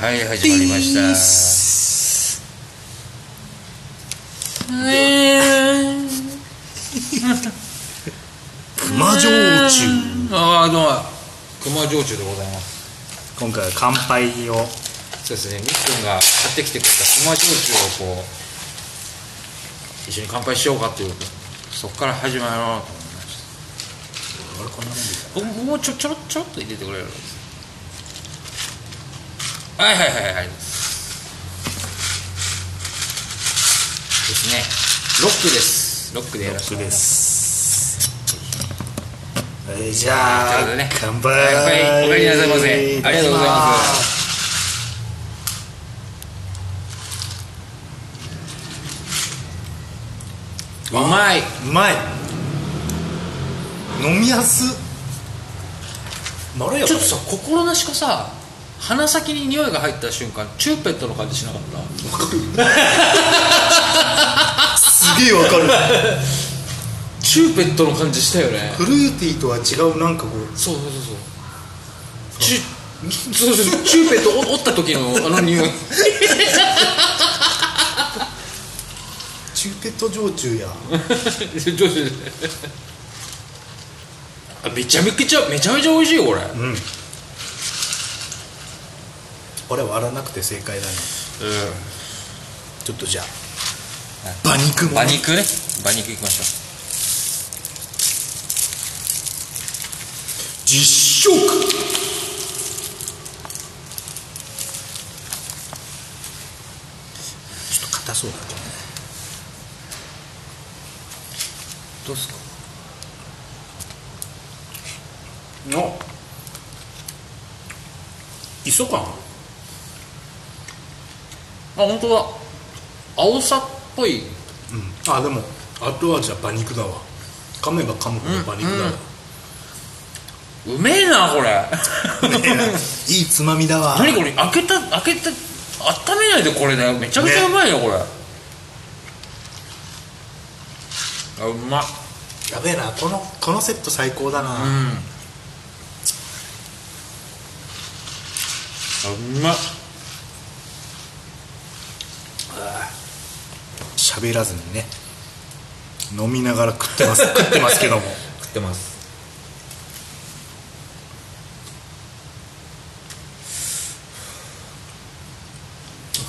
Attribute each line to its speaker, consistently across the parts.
Speaker 1: はい始まりました
Speaker 2: 熊焼酎
Speaker 1: ああどうも熊焼酎でございます
Speaker 2: 今回は乾杯を
Speaker 1: そうですねみっくんが買ってきてくれた熊焼酎をこう一緒に乾杯しようかというそこから始まろうと思いました僕僕もちょちょろちょろっと入れてくれるはいはいはいはいですねロックですロックでやらせてもらい
Speaker 2: で
Speaker 1: ます
Speaker 2: すえーじ
Speaker 1: と
Speaker 2: ゃ
Speaker 1: い
Speaker 2: あ
Speaker 1: うことでね
Speaker 2: 乾杯
Speaker 1: 乾杯おかえりなさいませありがとうございますうまいう
Speaker 2: まい飲みやすまろ や
Speaker 1: ちょ
Speaker 2: か
Speaker 1: っとさ心なしかさ鼻先に匂いが入った瞬間チューペットの感じしなかった
Speaker 2: すげえわかる
Speaker 1: チューペットの感じしたよね
Speaker 2: フルーティーとは違うなんかこう
Speaker 1: そうそうそうそうチュそうそうそうチューペットお折 った時のあの匂い
Speaker 2: チューペット焼酎や
Speaker 1: どうしようあめちゃめちゃめちゃめちゃ美味しいよこれうん
Speaker 2: うんこれ割らなくて正解だねちょっとじゃあ馬肉も
Speaker 1: 馬肉ね馬肉いきましょう
Speaker 2: 実食ちょっと硬そうだけどね
Speaker 1: どうっすか
Speaker 2: の磯感
Speaker 1: あ本当だ青さっぽい
Speaker 2: あでも後味は馬肉だわ噛めば噛むほど馬肉だわ、
Speaker 1: うめえなこれ
Speaker 2: いいつまみだわ
Speaker 1: 何これ開けた開けた温めないでこれねめちゃくちゃうまいよ、これあうまっ
Speaker 2: やべえなこのこのセット最高だな、
Speaker 1: うんあうまっ
Speaker 2: 喋らずにね飲みながら食ってます食ってますけ ども
Speaker 1: 食ってます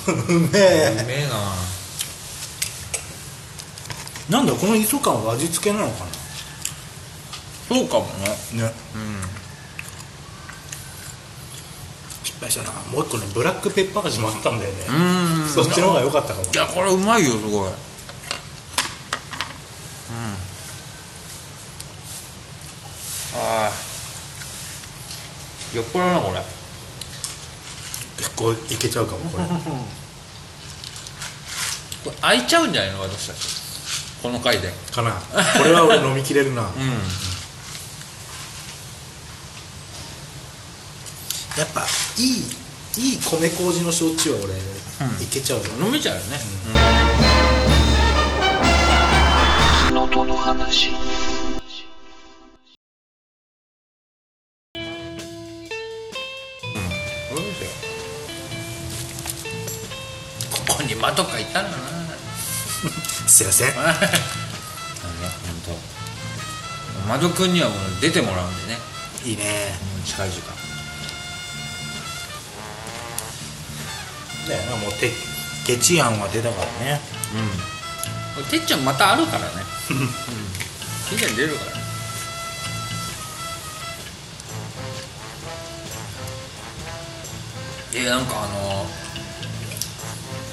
Speaker 2: うめえ
Speaker 1: めえな
Speaker 2: なんだこの磯感は味付けなのか
Speaker 1: そうかもね
Speaker 2: なね失敗したなもう一個ねブラックペッパー味もあったんだよね
Speaker 1: うん
Speaker 2: そっちの方が良かったかも
Speaker 1: いやこれうまいよすごいあー酔っ払うなこれ
Speaker 2: 結構いけちゃうかもこれ
Speaker 1: これ開いちゃうんじゃないの私たちこの回で
Speaker 2: かな これは俺飲みきれるな、やっぱいいいい米麹の焼酎は俺、いけちゃうよ
Speaker 1: 飲めちゃうよね、
Speaker 3: 元の話
Speaker 1: そうですよここに間とかいたらな
Speaker 2: すいません
Speaker 1: あね本当。窓くんにはもう出てもらうんでね
Speaker 2: いいね
Speaker 1: 近い時間
Speaker 2: だよなもうてゲチ案は出たからね
Speaker 1: てっちゃんまたあるから ね、うん、期限出るからねえー、なんかあの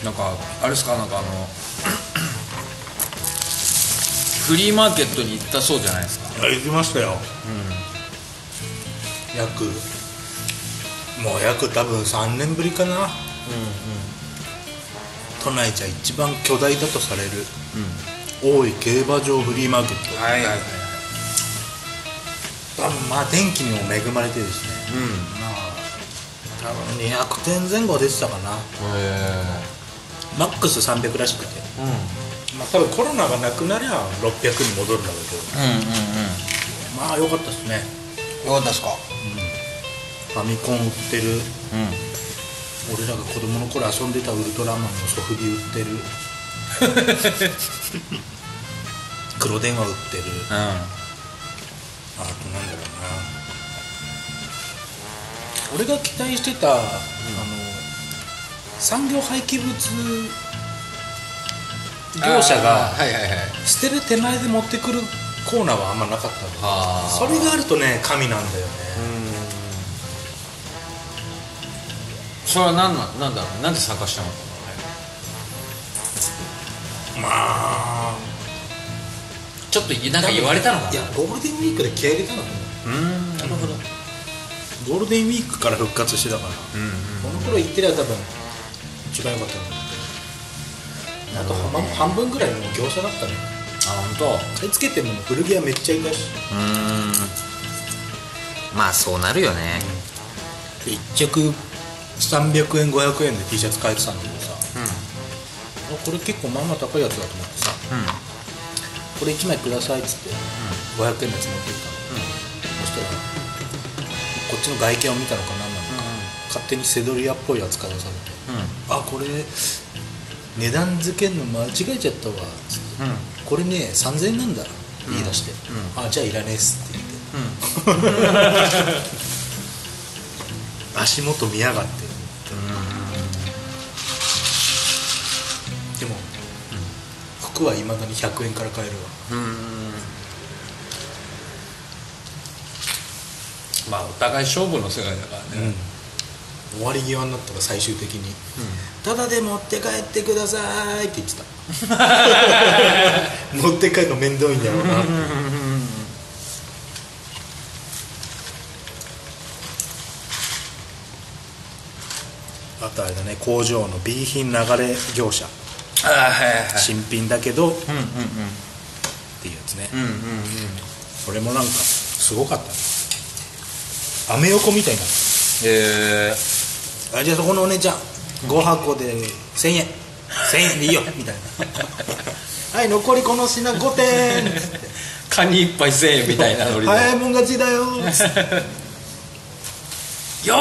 Speaker 1: なんかあれですかなんかあの フリーマーケットに行ったそうじゃないですか
Speaker 2: 行きましたよ、約もう約多分3年ぶりかな、都内じゃ一番巨大だとされる、大井競馬場フリーマーケット
Speaker 1: はいはいはい
Speaker 2: 多分まあ天気にも恵まれてるしね
Speaker 1: うん
Speaker 2: まあ多分200点前後出てたかな
Speaker 1: へ
Speaker 2: マックス300らしくて
Speaker 1: えうんうんうん
Speaker 2: まあ多分コロナがなくなりゃ600に戻るんだろうけどまあ良かったですね
Speaker 1: うんよかったっすか
Speaker 2: ファミコン売って
Speaker 1: う
Speaker 2: る
Speaker 1: ん
Speaker 2: 俺らなんか子供の頃遊んでたウルトラマンのソフビ売って る黒電話売ってる
Speaker 1: う
Speaker 2: あとなんだろうな俺が期待してた、あの産業廃棄物
Speaker 1: ん
Speaker 2: 業者
Speaker 1: あ
Speaker 2: が
Speaker 1: ーはいはいはい
Speaker 2: 捨てる手前で持ってくるコーナーはあんまなかったんだよ
Speaker 1: あー
Speaker 2: それがあるとね神なんだよね
Speaker 1: それは何なんなんだろうなんで参加したの
Speaker 2: まあ
Speaker 1: ちょっとなんか言われたのかない
Speaker 2: やゴールデンウィークで気合い入れたのかな
Speaker 1: うーんなるほど
Speaker 2: ゴールデンウィークから復活してたから、
Speaker 1: うんうん
Speaker 2: この頃行ってりゃ多分一番良かったのにあと半分半分ぐらいもう業者だったね
Speaker 1: あ本当。う
Speaker 2: 買い付けても古着はめっちゃいたし
Speaker 1: ーんまあそうなるよね
Speaker 2: で1着300円500円で T シャツ買えてたんだけどさ
Speaker 1: うん
Speaker 2: あこれ結構まあまあ高いやつだと思ってさ
Speaker 1: うん
Speaker 2: これ1枚くださいっつって、500円のやつ持ってったの、そしたらこっちの外見を見たのか何なのか、勝手にセドリアっぽいやつ買わされて、あこれ値段付けるの間違えちゃったわっつって
Speaker 1: うんうん
Speaker 2: これね3000円なんだ言い出して、あじゃあいらねえっすって言って 足元見やがってでも、服はいまだに100円から買えるわ
Speaker 1: まあお互い勝負の世界だからね、
Speaker 2: 終わり際になったら最終的に「ただで持って帰ってください」って言って た持って帰るの面倒いんだよなってあとあれだね工場の B 品流れ業者
Speaker 1: ああはいはい
Speaker 2: 新品だけどっ
Speaker 1: うん
Speaker 2: ていうやつね
Speaker 1: うんうんうんうん
Speaker 2: これもなんかすごかったねアメ横みたいになって
Speaker 1: え
Speaker 2: あじゃあそこのお姉ちゃん5箱で1000円1000円でいいよ みたいなはい残りこの品5点
Speaker 1: ー、カニ一杯せえみたいなノリで、
Speaker 2: 早いもん勝ちだよ
Speaker 1: よ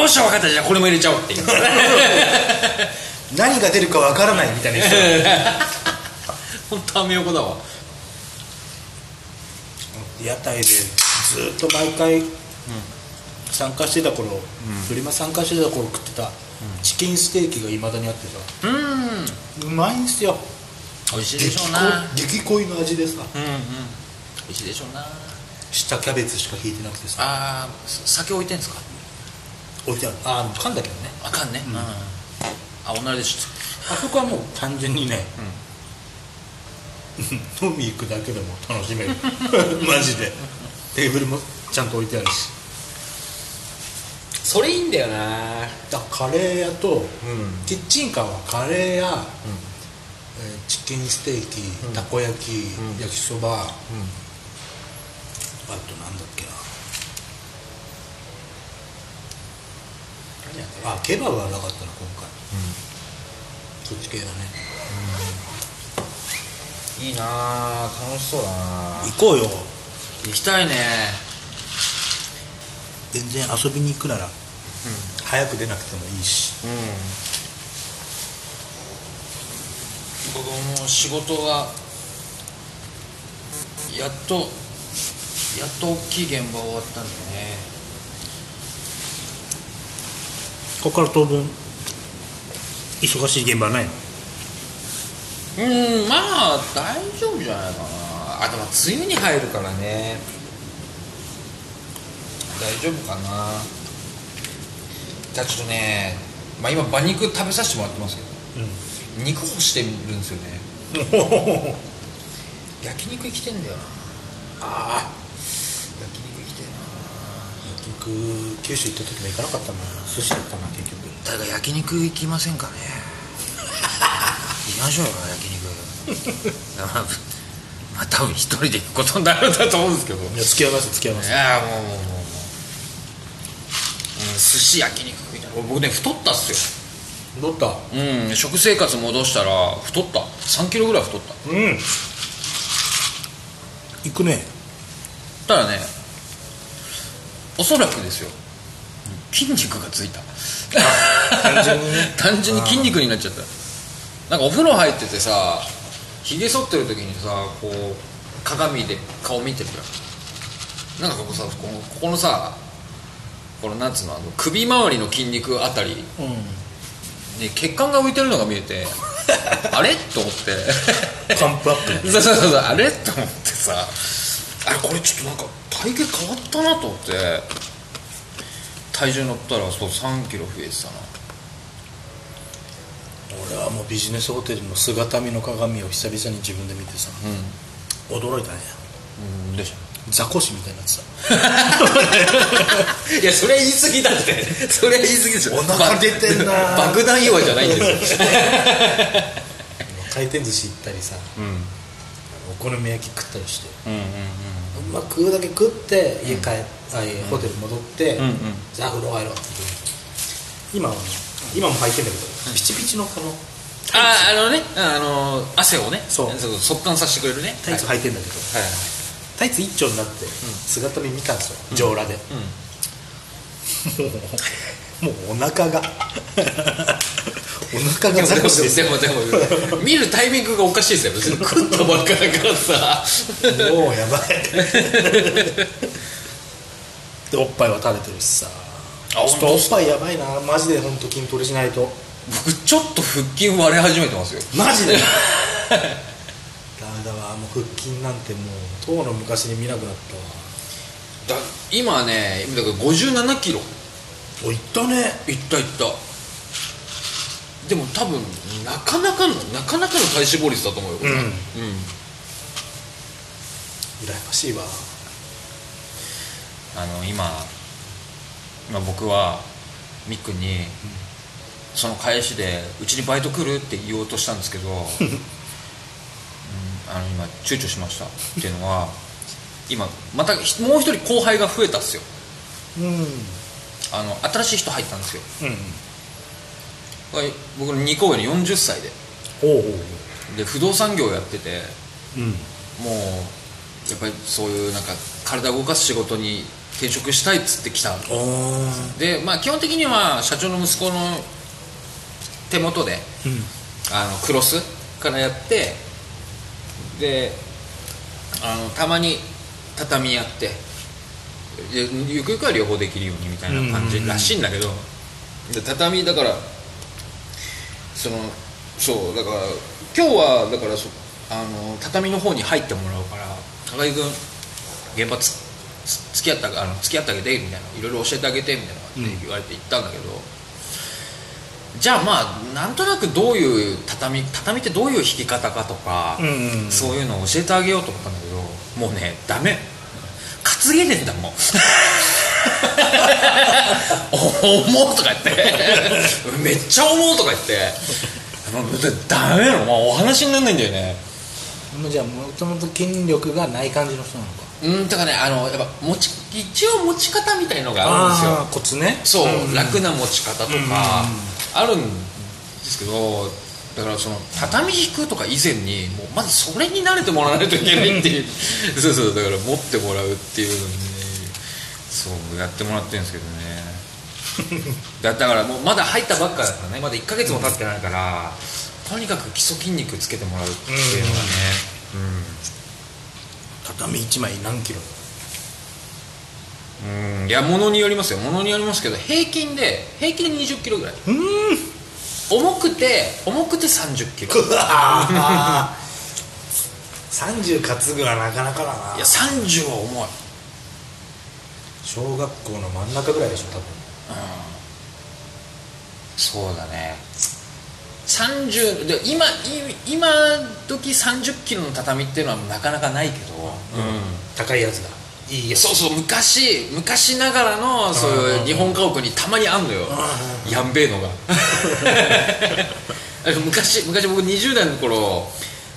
Speaker 1: ーし分かったじゃあこれも入れちゃおうっていう
Speaker 2: 何が出るかわからないみたいな人
Speaker 1: 本当アメ横だわ
Speaker 2: 屋台でずっと毎回参加してた頃フリマ参加してた頃食ってたチキンステーキがいまだにあってさ
Speaker 1: うん
Speaker 2: うまいんすよ
Speaker 1: 美味しいで
Speaker 2: 激
Speaker 1: しょう
Speaker 2: 濃
Speaker 1: な
Speaker 2: 激濃いの味でさ
Speaker 1: うんうん美味しいでしょうな
Speaker 2: 下キャベツしか引いてなくてさ
Speaker 1: あー酒置いてんすか
Speaker 2: 置いてあるああ噛んだけどね
Speaker 1: あかんね、うん、あ同じでし
Speaker 2: あそこはもう単純にね、飲み行くだけでも楽しめる マジでテーブルもちゃんと置いてあるし
Speaker 1: それいいんだよな
Speaker 2: だカレー屋と、
Speaker 1: ん
Speaker 2: キッチンカーはカレー屋、えーチキンステーキ、たこ焼き、焼きそば、あとなんだっけなあケバブはなかったな今回、そっち系だね
Speaker 1: いいな楽しそうだな
Speaker 2: 行こうよ
Speaker 1: 行きたいね
Speaker 2: 全然遊びに行くなら、早く出なくてもいいし
Speaker 1: うん僕もう仕事がやっとやっと大きい現場終わったんだよね
Speaker 2: ここから当分忙しい現場はないの
Speaker 1: うんまあ大丈夫じゃないかなあでも梅雨に入るからね大丈夫かなじゃあちょっとね、まあ、今馬肉食べさせてもらってますけど肉干してるんですよね
Speaker 2: うん
Speaker 1: 焼肉生きてんだよな
Speaker 2: ああ
Speaker 1: 焼肉生きて
Speaker 2: 結局九州行った時も行かなかったもんな寿司だったな結局
Speaker 1: えなだから焼肉行きませんかね行きましょうよ焼肉 まあ多分一人で行くことになるんだと思うんですけど
Speaker 2: いや付き合わせ付き合わ
Speaker 1: い
Speaker 2: せ
Speaker 1: やもうもうもうもう、うん、寿司焼肉みたいな僕ね太ったっす
Speaker 2: どった
Speaker 1: ようん食生活戻したら太った3キロぐらい太った
Speaker 2: うん行くね
Speaker 1: ただねおそらくですよ筋肉がついた
Speaker 2: 単純にね
Speaker 1: 単純に筋肉になっちゃったなんかお風呂入っててさひげ剃ってる時にさこう鏡で顔見てるじゃんなんかここさこのここのさこのなんつうのあの首周りの筋肉あたり
Speaker 2: うん
Speaker 1: に血管が浮いてるのが見えてあれと思って
Speaker 2: パンプアップね
Speaker 1: そうそうそうそうあれと思ってさあこれちょっとなんか体型変わったなと思って体重乗ったらそう3キロ増えてたな
Speaker 2: 俺はもうビジネスホテルの姿見の鏡を久々に自分で見てさ、驚いたね
Speaker 1: うんでしょ
Speaker 2: ザコシみたいになってた
Speaker 1: いやそれ言い過ぎだってそれ言い過ぎですよ
Speaker 2: お腹出てんな
Speaker 1: ば爆弾弱じゃないんですよ
Speaker 2: 回転寿司行ったりさ、お好み焼き食ったりして、
Speaker 1: うんうん
Speaker 2: まあ、食うだけ食って家帰っ、あいやホテル戻って、
Speaker 1: んうん
Speaker 2: じゃあ風呂入ろうって今はね今も履いてんだけど、ピチピチのこの
Speaker 1: ああのねあの汗をね
Speaker 2: そう
Speaker 1: そう速乾させてくれるね
Speaker 2: タイツ
Speaker 1: はい
Speaker 2: 履いてんだけど、
Speaker 1: はい
Speaker 2: タイツ一丁になって、姿見見たんですよ上裸で、もうもうお腹がお腹
Speaker 1: で
Speaker 2: が
Speaker 1: も
Speaker 2: ザ
Speaker 1: で
Speaker 2: コシですよ
Speaker 1: もでもでも見るタイミングがおかしいですよ別に食ったばっかだからさ
Speaker 2: もうやばいでおっぱいは垂れてるしさ
Speaker 1: あ本
Speaker 2: ちょっ
Speaker 1: 当
Speaker 2: とおっぱいやばいなマジで本当筋トレしないと
Speaker 1: 僕ちょっと腹筋割れ始めてますよ
Speaker 2: マ ジでダメだわもう腹筋なんてもうとうの昔に見なくなったわ
Speaker 1: だ今ねだから57キロ
Speaker 2: おいったね
Speaker 1: いったいったでも多分なかなかのなかなかの体脂肪率だと思うよこれ
Speaker 2: うん
Speaker 1: うん
Speaker 2: 羨ましいわ
Speaker 1: あの今今僕はみっくんに、その返しで「うちにバイト来る?」って言おうとしたんです けど、うん、あの今躊躇しましたっていうのは今またひもう一人後輩が増えたんですよ
Speaker 2: うんうん
Speaker 1: あの新しい人入ったんですよはい僕の2個上の40歳で
Speaker 2: おうおう
Speaker 1: で不動産業やってて
Speaker 2: うん
Speaker 1: もうやっぱりそういうなんか体動かす仕事に転職したいっつってきた
Speaker 2: おー
Speaker 1: でまあ基本的には社長の息子の手元で
Speaker 2: うん
Speaker 1: あのクロスからやってであのたまに畳やってでゆくゆくは両方できるようにみたいな感
Speaker 2: うんうんう
Speaker 1: じ
Speaker 2: ん
Speaker 1: らしいんだけど、で畳だからそのそうだから今日はだからそあの畳の方に入ってもらうから高木君現場つつ付き合ったあの付き合ってあげてみたいないろいろ教えてあげてみたいな感じで言われて行ったんだけど、じゃあまあなんとなくどういう畳畳ってどういう引き方かとか、
Speaker 2: うんうん
Speaker 1: そういうのを教えてあげようと思ったんだけどもうねダメ担げねえんだもん重うとか言ってめっちゃ重うとか言ってもうダメなの、まあ、お話にならないんだよね
Speaker 2: もうじゃあもともと筋力がない感じの人なのか
Speaker 1: うんとかねあのやっぱ持ち一応持ち方みたいのがあるんですよ
Speaker 2: あーコツね
Speaker 1: そう、
Speaker 2: ん
Speaker 1: 楽な持ち方とか
Speaker 2: うん
Speaker 1: あるんですけどだからその畳引くとか以前にもうまずそれに慣れてもらわないといけないっていう そうそうだから持ってもらうっていうのにそうやってもらってるんですけどね だだからもうまだ入ったばっかだからねまだ1か月も経ってないから、とにかく基礎筋肉つけてもらうっていうのがね、
Speaker 2: 畳一枚何キロ
Speaker 1: うんいやものによりますよものによりますけど平均で平均で2 0キロぐらい重くて重くて3 0キロ
Speaker 2: うわ30担ぐはなかなかだない
Speaker 1: や30は重い
Speaker 2: 小学校の真ん中ぐらいでしょ多分
Speaker 1: そうだね30で今い今時3 0キロの畳っていうのはなかなかないけど、
Speaker 2: 高いやつだいいや
Speaker 1: そうそう昔昔ながらのそういう日本家屋にたまにあんのよやんべえの が昔昔僕20代の頃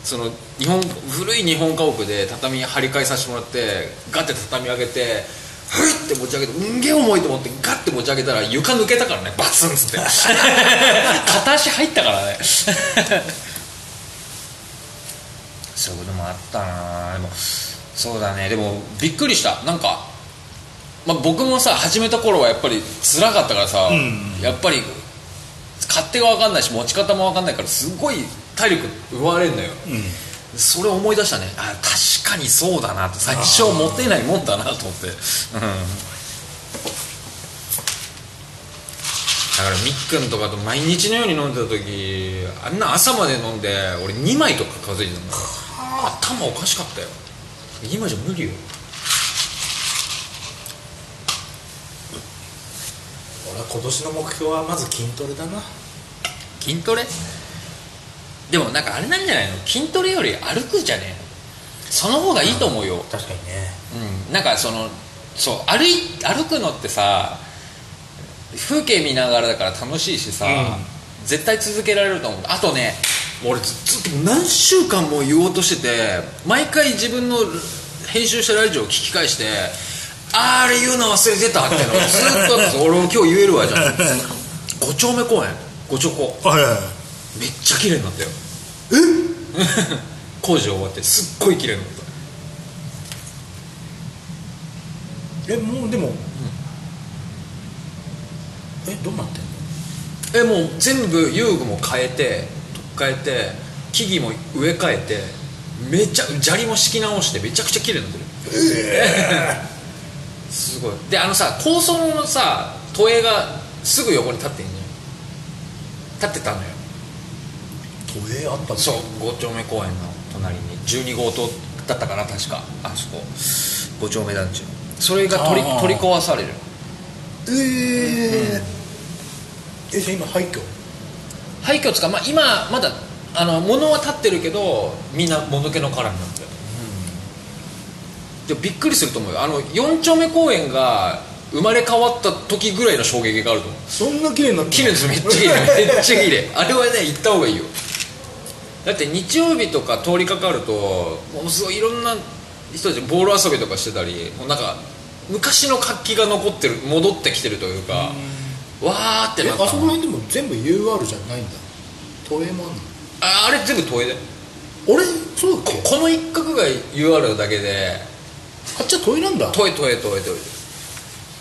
Speaker 1: その日本古い日本家屋で畳張り替えさせてもらってガッて畳上げてふいって持ち上げてうんげえ重いと思ってガッて持ち上げたら床抜けたからねバツンっつって 片足入ったからねそういうこともあったなでもそうだねでもびっくりしたなんかまあ、僕もさ始めた頃はやっぱり辛かったからさ、
Speaker 2: ん
Speaker 1: やっぱり勝手が分かんないし持ち方も分かんないからすごい体力奪われるのよ、それを思い出したねあ確かにそうだなって最初持てないもんだなと思って、うん、だからみっくんとかと毎日のように飲んでた時あんな朝まで飲んで俺2枚とか数えてたんだから頭おかしかったよ2枚じゃ無理よ
Speaker 2: 俺は今年の目標はまず筋トレだな
Speaker 1: 筋トレでもなんかあれなんじゃないの筋トレより歩くじゃねえのその方がいいと思うよ、
Speaker 2: 確かにね
Speaker 1: うん、なんかそのそう歩い歩くのってさ風景見ながらだから楽しいしさ、
Speaker 2: うん
Speaker 1: 絶対続けられると思うあとね俺ずずっと何週間も言おうとしてて毎回自分の編集したラジオを聞き返してあーあれ言うの忘れてたってのをずっ と俺も今日言えるわじゃん5丁目公園5丁目
Speaker 2: はいはいはい
Speaker 1: めっちゃ綺麗になったよえ工事終わってすっごい綺麗になった
Speaker 2: えもうでも、えどうなってんの
Speaker 1: えもう全部遊具も変えて取っ替えて木々も植え替えてめちゃ砂利も敷き直してめちゃくちゃ綺麗になってる、すごいであのさ高層のさ都営がすぐ横に立ってんのよ立ってたのよ
Speaker 2: 都営あったの
Speaker 1: そう五丁目公園の隣に12号棟だったかな確かあそこ五丁目団地それが取り
Speaker 2: あー
Speaker 1: 取り壊される
Speaker 2: ええじゃあ今廃墟
Speaker 1: 廃墟つか、まあ、今まだあの物は立ってるけどみんな物気の殻になってる、でもびっくりすると思うよあの4丁目公園が生まれ変わった時ぐらいの衝撃があると思う
Speaker 2: そんな綺麗 になった
Speaker 1: 綺麗ですめっちゃ綺 麗めっちゃ綺麗あれはね行った方がいいよだって日曜日とか通りかかるともうすごいいろんな人たちボール遊びとかしてたりもうなんか昔の活気が残ってる戻ってきてるというかわーって
Speaker 2: え
Speaker 1: な
Speaker 2: あ
Speaker 1: った
Speaker 2: そこら辺でも全部 UR じゃないんだ都営もあんの
Speaker 1: ああれ全部都営だよ
Speaker 2: 俺そう
Speaker 1: こ
Speaker 2: だっけ
Speaker 1: この一角が UR だけで
Speaker 2: あっちは都営なんだ
Speaker 1: トイトイトイトイ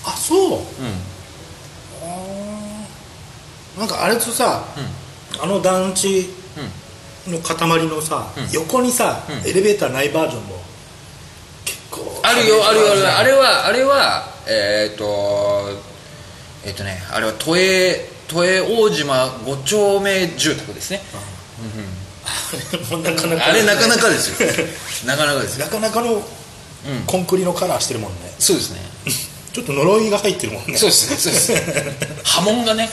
Speaker 2: あそう
Speaker 1: う
Speaker 2: あーなんかあれとさ、あの団地の塊のさ、
Speaker 1: ん
Speaker 2: 横にさ、
Speaker 1: ん
Speaker 2: エレベーターないバージョンも結構
Speaker 1: あるよあるよあるよあれ
Speaker 2: は
Speaker 1: はあれはえっ、ー、とえっ、とねあれは都営都営大島5丁目住宅ですね
Speaker 2: もうなかなか
Speaker 1: あれなかなかです よなかなかですよ
Speaker 2: なかなかのコンクリのカラーしてるもんね、
Speaker 1: そうですね
Speaker 2: ちょっと呪いが入ってるもんね
Speaker 1: そうですねそうですね 波紋がね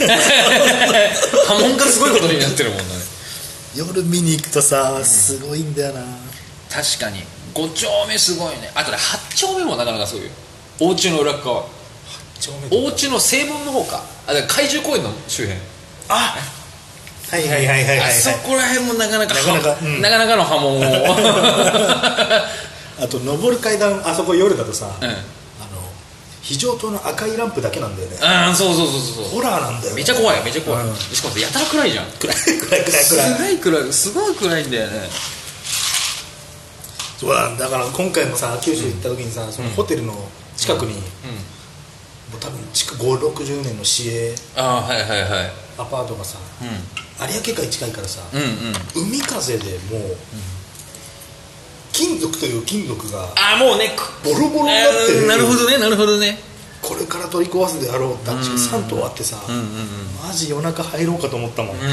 Speaker 1: 波紋がすごいことになってるもんだね
Speaker 2: 夜見に行くとさすごいんだよな、
Speaker 1: 確かに5丁目すごいねあとね8丁目もなかなかすごいよお家の裏っ側
Speaker 2: 正面
Speaker 1: お家の正門の方かあだから怪獣公園の周辺
Speaker 2: あはいはいはいはいはい、は
Speaker 1: あ
Speaker 2: い、
Speaker 1: そこら辺もなかなか
Speaker 2: なかなか
Speaker 1: は
Speaker 2: うん
Speaker 1: なかなかの波 紋を
Speaker 2: あと登る階段あそこ夜だとさ、
Speaker 1: うん
Speaker 2: あの非常灯の赤いランプだけなんだよね
Speaker 1: ああそうそうそうそうそう
Speaker 2: ホラーなんだよ
Speaker 1: めっちゃ怖いよめっちゃ怖い、
Speaker 2: うん
Speaker 1: しかもやたら暗いじゃん
Speaker 2: 暗い暗い暗い
Speaker 1: す
Speaker 2: 暗い
Speaker 1: ごい暗いすごい暗いんだよね
Speaker 2: そうなんだだから今回もさ九州行った時にさ、そのホテルの近くに、もう多分築560年の市営
Speaker 1: ああはいはいはい、
Speaker 2: アパートがさ、有明海近いからさ、
Speaker 1: うん、うんうん
Speaker 2: 海風でもう、金属という金属が
Speaker 1: ああもうねく
Speaker 2: ボロボロになって
Speaker 1: あ
Speaker 2: る
Speaker 1: ーなるほどねなるほどね
Speaker 2: これから取り壊すであろう団地が3棟あってさ、
Speaker 1: うんうん
Speaker 2: マジ夜中入ろうかと思ったもん、
Speaker 1: うんうん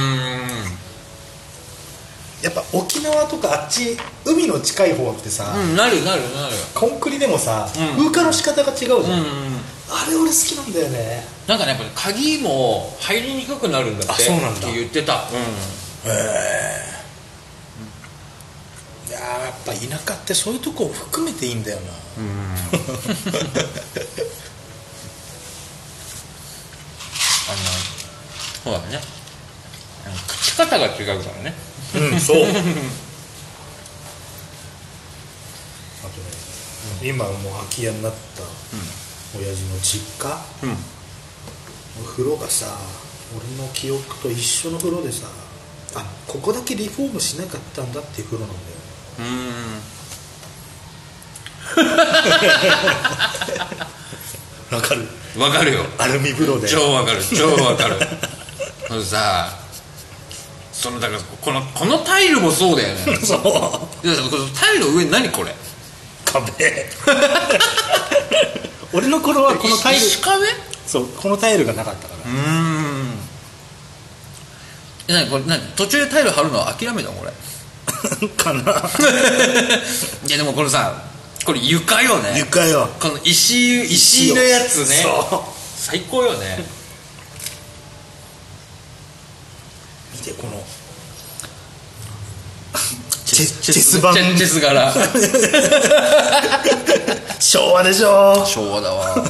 Speaker 2: やっぱ沖縄とかあっち海の近い方ってさ、
Speaker 1: うんなるなるなる
Speaker 2: コンクリでもさ、
Speaker 1: うん
Speaker 2: 風化の仕方が違うじ
Speaker 1: う
Speaker 2: ゃん、
Speaker 1: んうん
Speaker 2: あれ俺好きなんだよね
Speaker 1: なんかねやっぱり鍵も入りにくくなるんだって
Speaker 2: あそうなんだ
Speaker 1: って言ってたうん
Speaker 2: いやーやっぱ田舎ってそういうとこを含めていいんだよな
Speaker 1: あのそうだねあの勝ち方が違うからね
Speaker 2: うんそうあとね今もう空き家になった親父の実家、
Speaker 1: うん
Speaker 2: お風呂がさ俺の記憶と一緒の風呂でさあここだけリフォームしなかったんだっていう風呂なんだよ
Speaker 1: うーん
Speaker 2: わかる
Speaker 1: わかるよ
Speaker 2: アルミ風呂で
Speaker 1: 超わか る超わかるそのさそのだからこのこのタイルもそうだよ ね
Speaker 2: そう
Speaker 1: でこのタイルの上何これ
Speaker 2: 壁俺の頃はこのタイル
Speaker 1: 石壁
Speaker 2: そうこのタイルがなかったから、
Speaker 1: え何これ何途中でタイル貼るの諦めたの これ
Speaker 2: か ない
Speaker 1: やでもこのさこれ床よね
Speaker 2: 床よ
Speaker 1: この石石のやつね
Speaker 2: そう
Speaker 1: 最高よね
Speaker 2: 見てこのチェチェス盤
Speaker 1: チェチェス柄
Speaker 2: 昭和でしょ
Speaker 1: 昭和だわだっ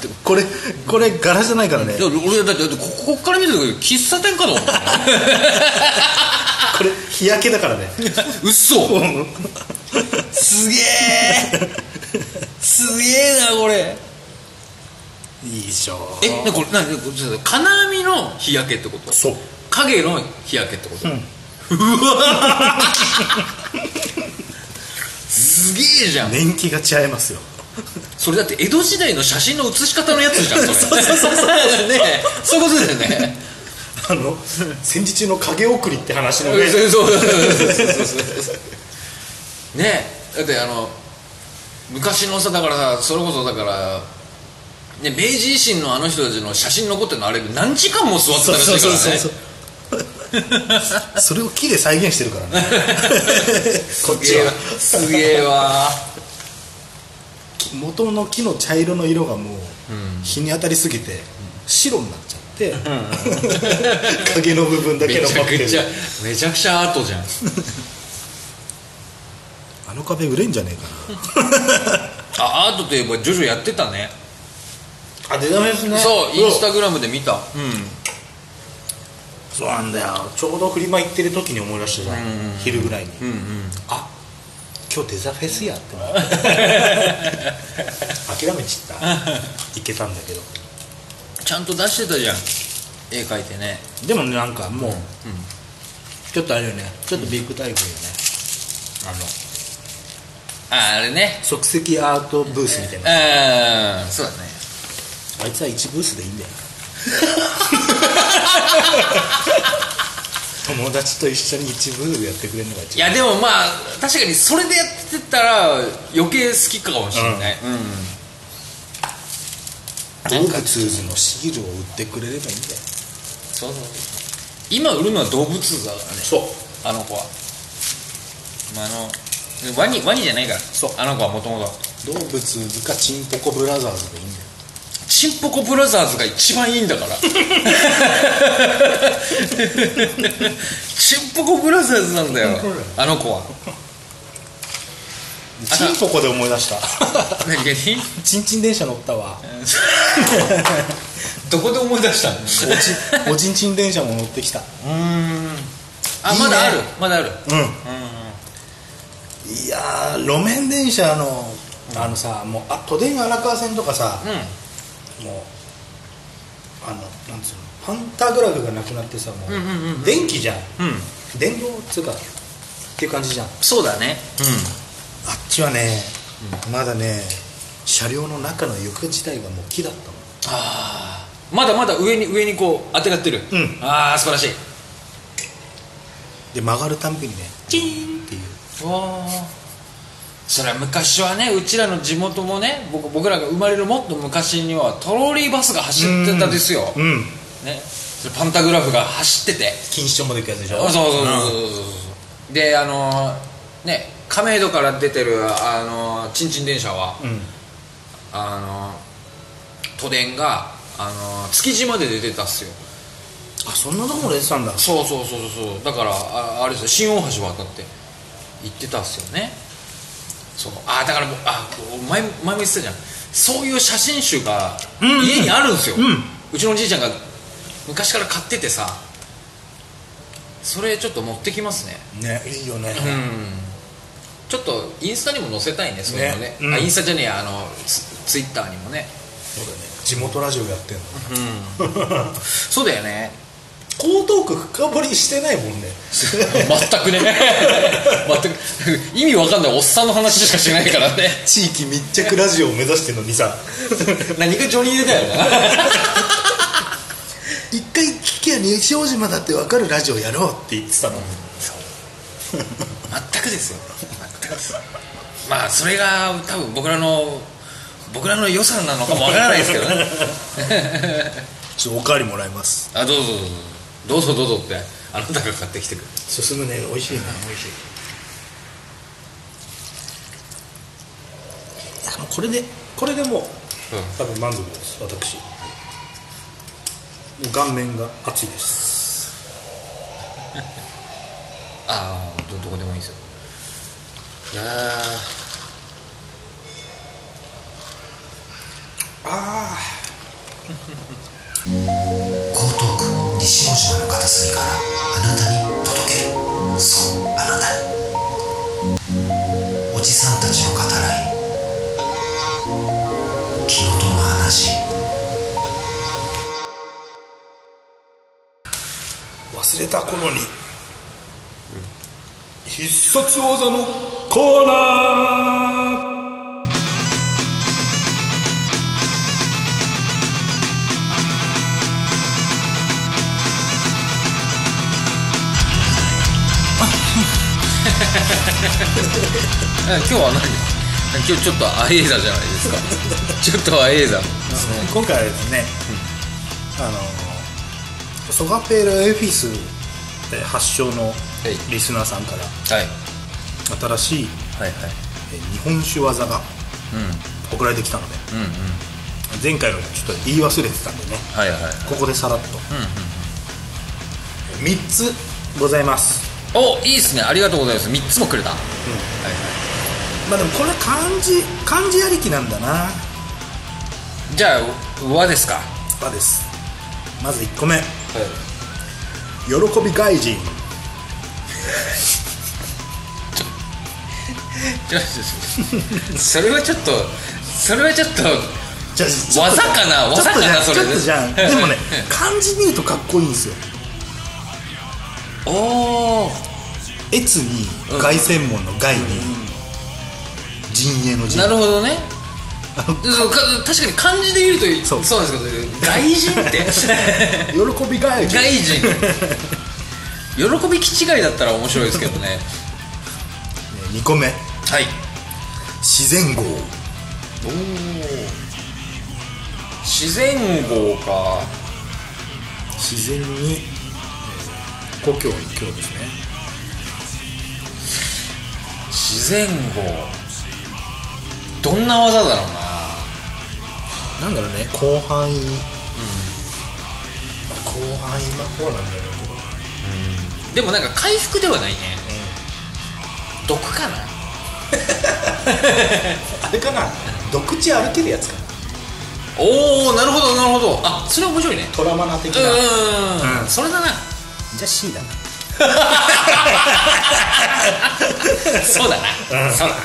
Speaker 1: て
Speaker 2: これこれ柄じゃないからね
Speaker 1: いや俺だってだってこここっから見てるけど喫茶店かと思った
Speaker 2: これ日焼けだからね
Speaker 1: 嘘すげえすげえなこれ
Speaker 2: いいでしょ
Speaker 1: えなこれなこれちょっと金網の日焼けってこと
Speaker 2: そう
Speaker 1: 影の日焼けってこと、うわすげえじゃん、
Speaker 2: 年季が違いますよ
Speaker 1: それだって江戸時代の写真の写し方のやつじゃんそれ
Speaker 2: そうそうそうそう
Speaker 1: ねえそういうことだよね
Speaker 2: あの戦時中の影送りって話 の
Speaker 1: そう
Speaker 2: ね
Speaker 1: そうそうそうそうそうねえだってあの昔のさだからさそれこそだから、ね、明治維新のあの人たちの写真残ってるのあれ何時間も座ってた
Speaker 2: そう
Speaker 1: らし
Speaker 2: そう
Speaker 1: いか
Speaker 2: そう
Speaker 1: らね
Speaker 2: そう それを木で再現してるからねこ
Speaker 1: す
Speaker 2: っち
Speaker 1: げえ
Speaker 2: は
Speaker 1: わすげえ わ
Speaker 2: 元の木の茶色の色がもう日に当たりすぎて白になっちゃって、影の部分だ
Speaker 1: め
Speaker 2: け
Speaker 1: ち
Speaker 2: 残
Speaker 1: ゃ
Speaker 2: って
Speaker 1: く
Speaker 2: る
Speaker 1: ちゃめちゃくちゃアートじゃん
Speaker 2: あの壁売れんじゃねえか
Speaker 1: あアートといえばジョジョやってたね
Speaker 2: なあ出だめですね
Speaker 1: そうインスタグラムで見たうん
Speaker 2: そうなんだよちょうどフリマ行ってる時に思い出したじゃん、昼ぐらいに、あ今日デザフェスやって思って 諦めちった行けたんだけど
Speaker 1: ちゃんと出してたじゃん絵描いてね
Speaker 2: でもねなんかもう、ちょっとあれよねちょっとビッグタイプよね、あの
Speaker 1: ああれね
Speaker 2: 即席アートブースみたいな、
Speaker 1: うんそうだね
Speaker 2: あいつは1ブースでいい んだよ友達と一緒に1ブースやってくれるのが一
Speaker 1: いやでもまあ確かにそれでやってたら余計好きかもしれない、うん
Speaker 2: 番動物図のシールを売ってくれればいいんだよ
Speaker 1: そうそう今売るのは動物図だからね
Speaker 2: そう
Speaker 1: あの子は、まあ、あのワニワニじゃないから
Speaker 2: そう
Speaker 1: あの子はもともと
Speaker 2: 動物図かチンポコブラザーズでいいんだよ
Speaker 1: チンポコブラザーズが一番いいんだから チンポコブラザーズなんだよあの子は
Speaker 2: チンポコで思い出した
Speaker 1: 何 何
Speaker 2: チンチン電車乗ったわ
Speaker 1: どこで思い出したの
Speaker 2: お ちおちんちん電車も乗ってきた
Speaker 1: あ
Speaker 2: いいね
Speaker 1: まだあるまだある
Speaker 2: うん、いやー路面電車のあのさもうあ都電荒川線とかさ、
Speaker 1: うん
Speaker 2: もうあのなんつうのパンタグラフがなくなってさもう,、電気じゃん、
Speaker 1: うん
Speaker 2: 電動っつうかっていう感じじゃんあっ
Speaker 1: そうだね
Speaker 2: ちはね、まだね車両の中の床自体がもう木だったの
Speaker 1: まだまだ上に上にこう当てがってる、
Speaker 2: うん
Speaker 1: ああ素晴らしい
Speaker 2: で曲がるたんびにねチーンっていう
Speaker 1: わあそれは昔はねうちらの地元もね僕僕らが生まれるもっと昔にはトロリーバスが走ってたですよ、
Speaker 2: うん
Speaker 1: ね、それパンタグラフが走ってて
Speaker 2: 錦糸町まで行くやつでし
Speaker 1: そう
Speaker 2: ょ
Speaker 1: そうそうそう
Speaker 2: う
Speaker 1: そうそうであのーね亀戸から出てるあのーチンチン電車は、
Speaker 2: ん、うん
Speaker 1: あのー都電があのー築地まで出てたっすよ
Speaker 2: あそんなとこまで出てたんだ
Speaker 1: そうそうそうそうそうだからああれですよ新大橋渡って行ってたんですよねそうあだからもうあ前前も言ってたじゃんそういう写真集が
Speaker 2: んうん
Speaker 1: 家にあるんですよ、
Speaker 2: うん
Speaker 1: ちのおじいちゃんが昔から買っててさそれちょっと持ってきますね
Speaker 2: ねいいよね、
Speaker 1: ちょっとインスタにも載せたいねそういうのね
Speaker 2: ねうん
Speaker 1: あインスタじゃねえやあのツツイッターにもね
Speaker 2: そうだね地元ラジオやってんの
Speaker 1: そうだよね
Speaker 2: 江東区深掘りしてないもんね
Speaker 1: 全くね 全く意味わかんないおっさんの話しかしないからね
Speaker 2: 地域密着ラジオを目指してんのにさ
Speaker 1: 何がジョニー出だよな
Speaker 2: 一回聞きゃ西大島だって分かるラジオやろうって言ってたの、
Speaker 1: 全くですよ全くですまあそれが多分僕らの僕らの予算なのかもわからないです けどね
Speaker 2: ちょっとおかわりもらいます
Speaker 1: あどうぞどうぞどうぞどうぞってあなたが買ってきてくれ
Speaker 2: 進むね美味しいな美味しいあのこれでこれでもう
Speaker 1: うん
Speaker 2: 多分満足です私もう顔面が熱いです
Speaker 1: ああどどこでもいいですよいやー
Speaker 2: ああ
Speaker 4: 江東区西大島の片隅からあなたに届けるそうあなたにおじさんたちの語らい気の遠の話
Speaker 2: 忘れた頃に必殺技のコーナー
Speaker 1: え今日は何今日ちょっとアエーザじゃないですか ちょっとアエーザ
Speaker 2: 今回はですね、あのソガペールエフィスえー発祥の
Speaker 1: い
Speaker 2: リスナーさんから
Speaker 1: はい
Speaker 2: 新しい
Speaker 1: はいはい
Speaker 2: えー日本酒技が送られてきたので、
Speaker 1: うんうん
Speaker 2: 前回のちょっと言い忘れてたんでね
Speaker 1: はいはい
Speaker 2: ここでさらっと、三3つございます
Speaker 1: おいいっすねありがとうございます3つもくれた、はいは
Speaker 2: まあでもこれ漢字漢字ありきなんだない
Speaker 1: じゃあ「和」ですかは
Speaker 2: 和ですまず1個目喜び外人
Speaker 1: いちょっとそれはちょっとそれはちょっと
Speaker 2: じゃあちょっと
Speaker 1: 技かな技かなそ
Speaker 2: ちょ
Speaker 1: れ
Speaker 2: っとじゃん ちょっとじゃんでもね漢字で言うとかっこいいんですよ
Speaker 1: おお
Speaker 2: 越に凱旋門の凱に陣営の陣
Speaker 1: なるほどね
Speaker 2: あの
Speaker 1: そうか確かに漢字で言うと
Speaker 2: そう
Speaker 1: そうなんですけど外人って
Speaker 2: 喜び外人
Speaker 1: 外人喜び気違いだったら面白いですけどね
Speaker 2: 2個目
Speaker 1: はい
Speaker 2: 自然号
Speaker 1: おお自然号か
Speaker 2: 自然にえー故郷の郷ですね
Speaker 1: 自然号どんな技だろう
Speaker 2: なんだろうね広範囲、まあ広範囲魔法なんだろう
Speaker 1: なでもなんか回復ではないね、毒かな
Speaker 2: けどあれかな独地歩けるやつかな
Speaker 1: おおなるほどなるほどあそれ面白いね
Speaker 2: トラマナ的
Speaker 1: う
Speaker 2: な、じゃ
Speaker 1: ーん、
Speaker 2: うん
Speaker 1: それだな
Speaker 2: あ C だな
Speaker 1: そうだなそうだな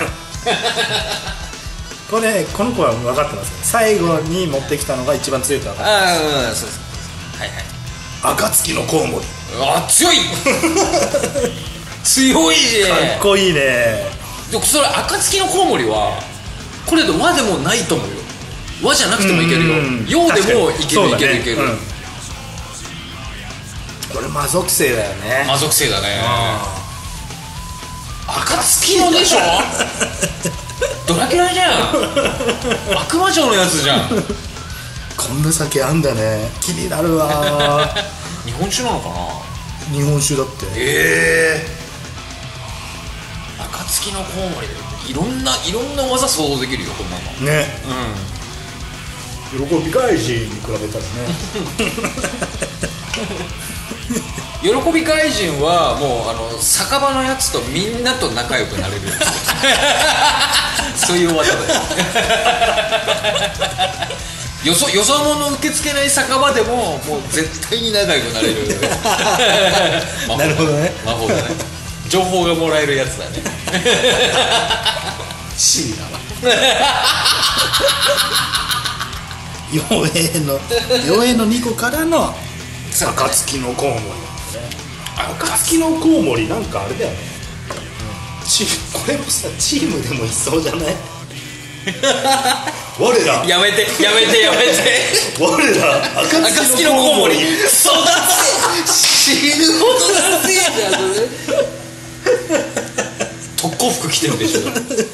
Speaker 2: これこの子は分かってますね最後に持ってきたのが一番強いと分 かっ
Speaker 1: ああうんそうそうはいはい
Speaker 2: た暁のコウモリ
Speaker 1: あ強い 強いね
Speaker 2: かっこいいね
Speaker 1: でもそれ暁のコウモリはこれで和でもないと思うよ和じゃなくてもいけるよ
Speaker 2: うん
Speaker 1: 洋でもい
Speaker 2: 確
Speaker 1: け
Speaker 2: か
Speaker 1: る
Speaker 2: に
Speaker 1: いけるいける、
Speaker 2: そうだねうんこれ魔属性だよね
Speaker 1: 魔属性だね暁の でしょドラキュラじゃん悪魔城のやつじゃん
Speaker 2: こんな酒あんだね気になる わ
Speaker 1: 日本酒なのかな
Speaker 2: 日本酒だって
Speaker 1: ええ暁のコウモリでいろんないろんな技想像できるよこんなの
Speaker 2: ね
Speaker 1: うん
Speaker 2: 喜び外人に比べたらね
Speaker 1: 喜び怪人はもうあの酒場のやつとみんなと仲良くなれるやつ そういう技だよよそよそ者受け付けない酒場でももう絶対に仲良くなれ る魔法
Speaker 2: なるほどね
Speaker 1: 魔法だね情報がもらえるやつだね
Speaker 2: C だわ 傭兵の傭兵の2個からの
Speaker 1: そうね
Speaker 2: 暁のコウモリ
Speaker 1: 暁
Speaker 2: 暁のコウモリなんかあれだよね、チこれもさチームでもいそうじゃない 我ら
Speaker 1: やめてやめてやめて
Speaker 2: 我ら
Speaker 1: 暁
Speaker 2: 暁
Speaker 1: の
Speaker 2: の
Speaker 1: コウ
Speaker 2: コ
Speaker 1: モ
Speaker 2: ウモ
Speaker 1: リ
Speaker 2: リ
Speaker 1: そうだ死ぬほどだせえじゃんそれ特攻服着てるでしょ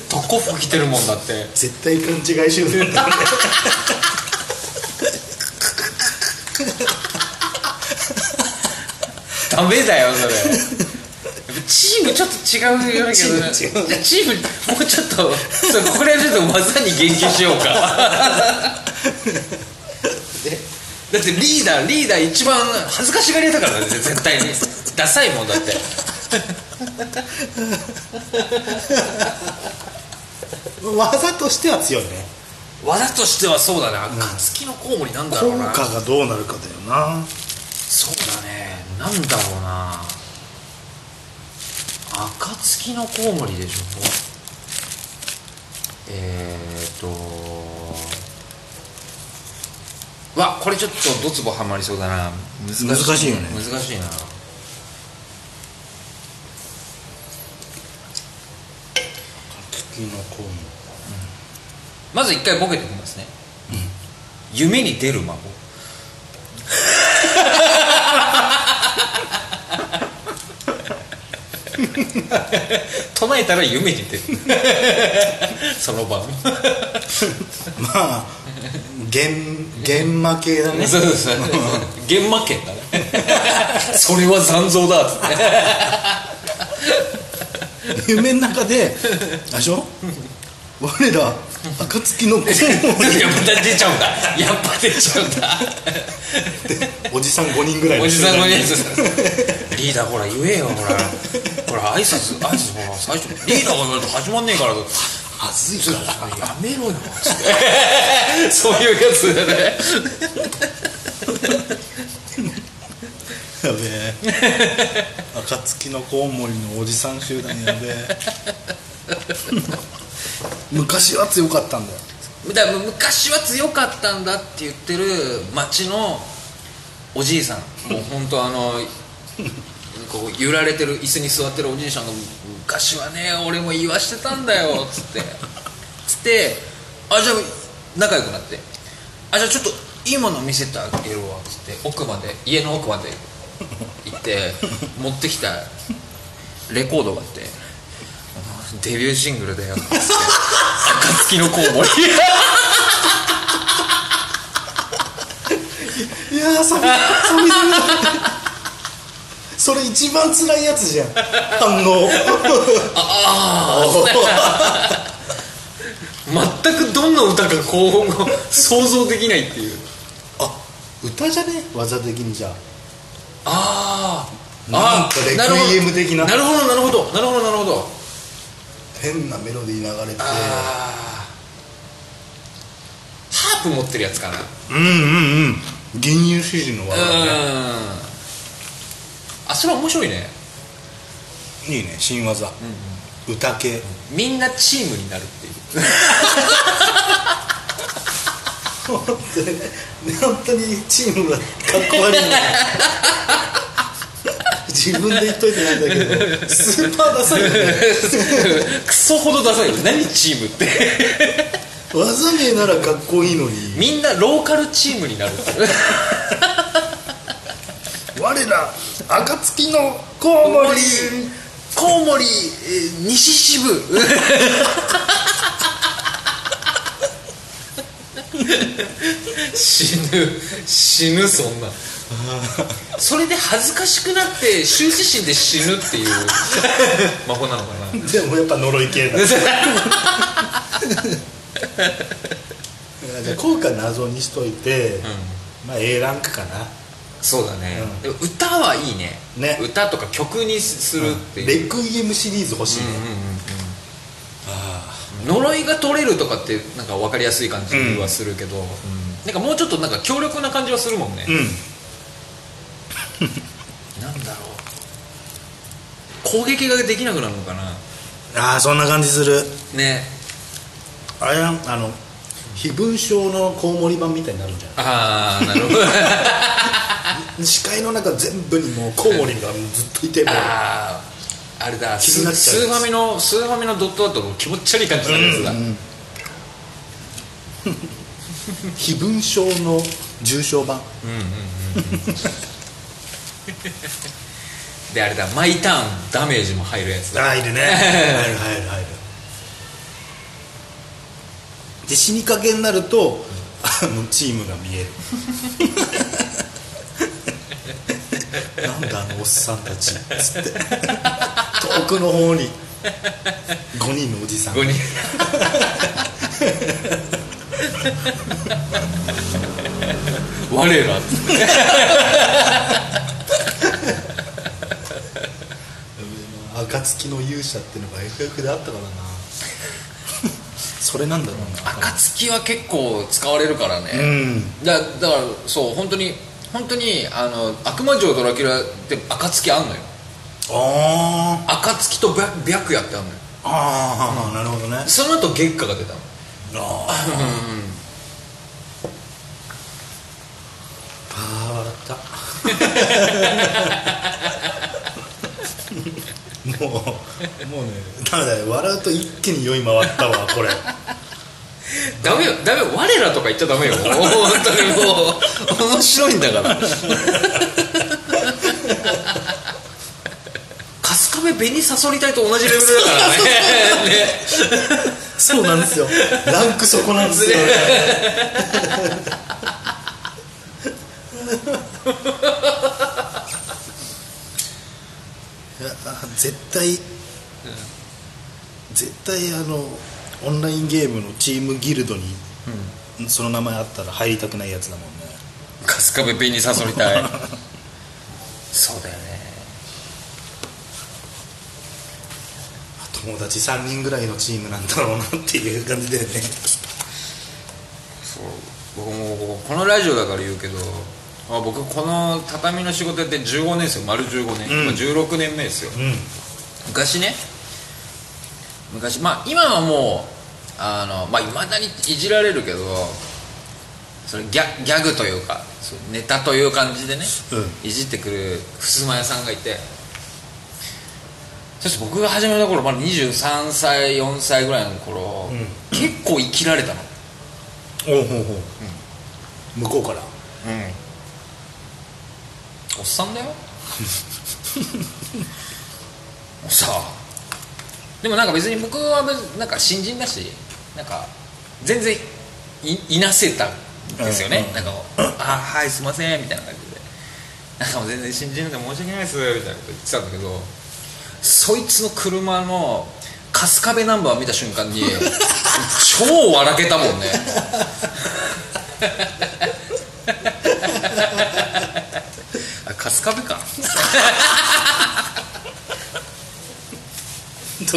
Speaker 1: 特攻服着てるもんだって
Speaker 2: 絶対勘違い集団だね
Speaker 1: ダメだよそれチームちょっと違うよだけどね
Speaker 2: チーム違うね
Speaker 1: チームもうちょっとそうこれはちょっと技に言及しようかだってリーダーリーダー一番恥ずかしがり屋だからね絶対にダサいもんだって
Speaker 2: 技としては強いね
Speaker 1: 技としてはそうだな暁のコウモリなんだろ
Speaker 2: 効
Speaker 1: うな
Speaker 2: 果がどうなるかだよな
Speaker 1: そうだねなんだろうな暁のコウモリでしょえー、っとわこれちょっとドツボはまりそうだな難しい
Speaker 2: 難しいよね
Speaker 1: 難しいな
Speaker 2: 暁のコウモ
Speaker 1: まず一回ボケてみますね、夢に出る孫唱えたら夢に出るその場
Speaker 2: リまあ現現魔系だね
Speaker 1: そうそうそう現魔圏だねそれは残像だっつって
Speaker 2: 夢の中であれでしょ我ら暁のコウモ
Speaker 1: やっぱ出ちゃうんだやっぱ出ちゃうんだ
Speaker 2: リおじさん5人ぐらいの
Speaker 1: おじ
Speaker 2: 集団
Speaker 1: さんのやつリーダーほら言えよほらほら挨拶挨拶ほら最初リーダーが言われると始まんねえから
Speaker 2: はずいから
Speaker 1: やめろよつってそういうやつだね
Speaker 2: やべえ暁のコウモリのおじさん集団やべえ昔は強かったんだよ
Speaker 1: だから昔は強かったんだって言ってる町のおじいさんもう本当あの こう揺られてる椅子に座ってるおじいさんが「昔はね俺も言わしてたんだよ」つってつって「あじゃあ仲良くなってあじゃあちょっといいもの見せてあげるわ」つって奥まで家の奥まで行って 持ってきたレコードがあって「デビューシングルだよ」つって 「暁のコウモリ」
Speaker 2: いやーそれそれそれ一番辛いやつじゃん反応
Speaker 1: 全くどんな歌かこう想像できないっていう
Speaker 2: あ歌じゃね技的にじゃあ
Speaker 1: あー
Speaker 2: なんか
Speaker 1: あー
Speaker 2: レ
Speaker 1: なるほど
Speaker 2: クイエム的な
Speaker 1: なるほどなるほどなるほどなるほど
Speaker 2: 変なメロディー流れて
Speaker 1: あーハープ持ってるやつかなう
Speaker 2: うんうんうん原油主人の技だね
Speaker 1: んあそれ面白いね
Speaker 2: いいね新技、歌系
Speaker 1: みんなチームになるっていう
Speaker 2: 本当に本当にチームがかっこ悪いんだ自分で言っといてないんだけどスーパーダサいよね
Speaker 1: クソほどダサいよ何チームって
Speaker 2: 技名ならかっこいいのに
Speaker 1: みんなローカルチームになるっていう
Speaker 2: 我ら暁のコウモリ
Speaker 1: コウモリえー西支部死ぬ死ぬそんなそれで恥ずかしくなって羞恥心で死ぬっていう 魔法なのかな
Speaker 2: でもやっぱ呪い系だじゃあ効果謎にしといて、まあ A ランクかな
Speaker 1: そうだね、
Speaker 2: うん
Speaker 1: でも歌はいいね
Speaker 2: ね
Speaker 1: 歌とか曲にするっていう、
Speaker 2: レクイエムシリーズ欲しいね、
Speaker 1: 呪いが取れるとかってなんか分かりやすい感じはするけど、なんかもうちょっとなんか強力な感じはするもんね、なんだろう攻撃ができなくなるのかな
Speaker 2: ああそんな感じする
Speaker 1: ね
Speaker 2: あれなんあの 非文章のコウモリ版みたいになるんじゃない
Speaker 1: ああなるほど
Speaker 2: 「視界の中全部にもうコウモリがずっといてもう
Speaker 1: あああれだ
Speaker 2: 気になっちゃ
Speaker 1: ス
Speaker 2: う
Speaker 1: ーファミのスーファミのドットだと気持ち悪い感じになるやつだ、
Speaker 2: 非文章の重症版
Speaker 1: であれだ毎ターンダメージも入るやつだ
Speaker 2: 入るね入る入る入るで死にかけになるとあのチームが見えるなんだあのおっさんたちっつって遠くの方に5人のおじさん
Speaker 1: 5人我ら
Speaker 2: 暁の勇者ってのが FF であったからなそれなんだろうな
Speaker 1: 暁は結構使われるからね、だだからそう本当に本当にあの悪魔城ドラキュラって暁あんのよ
Speaker 2: あー
Speaker 1: 暁と白白夜ってあんのよ
Speaker 2: あーなるほどね
Speaker 1: その後月下が出たの
Speaker 2: ああ笑った もうもうねダメだよ笑うと一気に酔い回ったわこれ
Speaker 1: ダメよダメよ我らとか言っちゃダメよ 本当にもう面白いんだから 春日部紅サソリ隊と同じレベルだからねね
Speaker 2: そうなんですよランクそこなんですよいや絶対、絶対あのオンラインゲームのチームギルドに、その名前あったら入りたくないやつだもんね
Speaker 1: 春日部紅サソリ 隊そうだよね
Speaker 2: 友達3人ぐらいのチームなんだろうなっていう感じだよね
Speaker 1: そう僕もうこのラジオだから言うけどあ僕この畳の仕事やって15年ですよ丸15年、
Speaker 2: うん
Speaker 1: 今16年目ですよ
Speaker 2: うん
Speaker 1: 昔ね昔まあ今はもうあのまあいまだにいじられるけどそれギャギャグというかそうネタという感じでね、いじってくる襖屋さんがいてそして僕が始めた頃まだ23歳4歳ぐらいの頃、
Speaker 2: ん
Speaker 1: 結構生きられたの
Speaker 2: おうほうほう、向こうから
Speaker 1: おっさんだよさあでもなんか別に僕は別なんか新人だしなんか全然いいなせたんですよね、
Speaker 2: うん
Speaker 1: なんか「あはいすいません」みたいな感じで「なんかもう全然新人なんで申し訳ないです」みたいなこと言ってたんだけどそいつの車の春日部ナンバーを見た瞬間に超笑けたもんねあ春日部か
Speaker 2: そ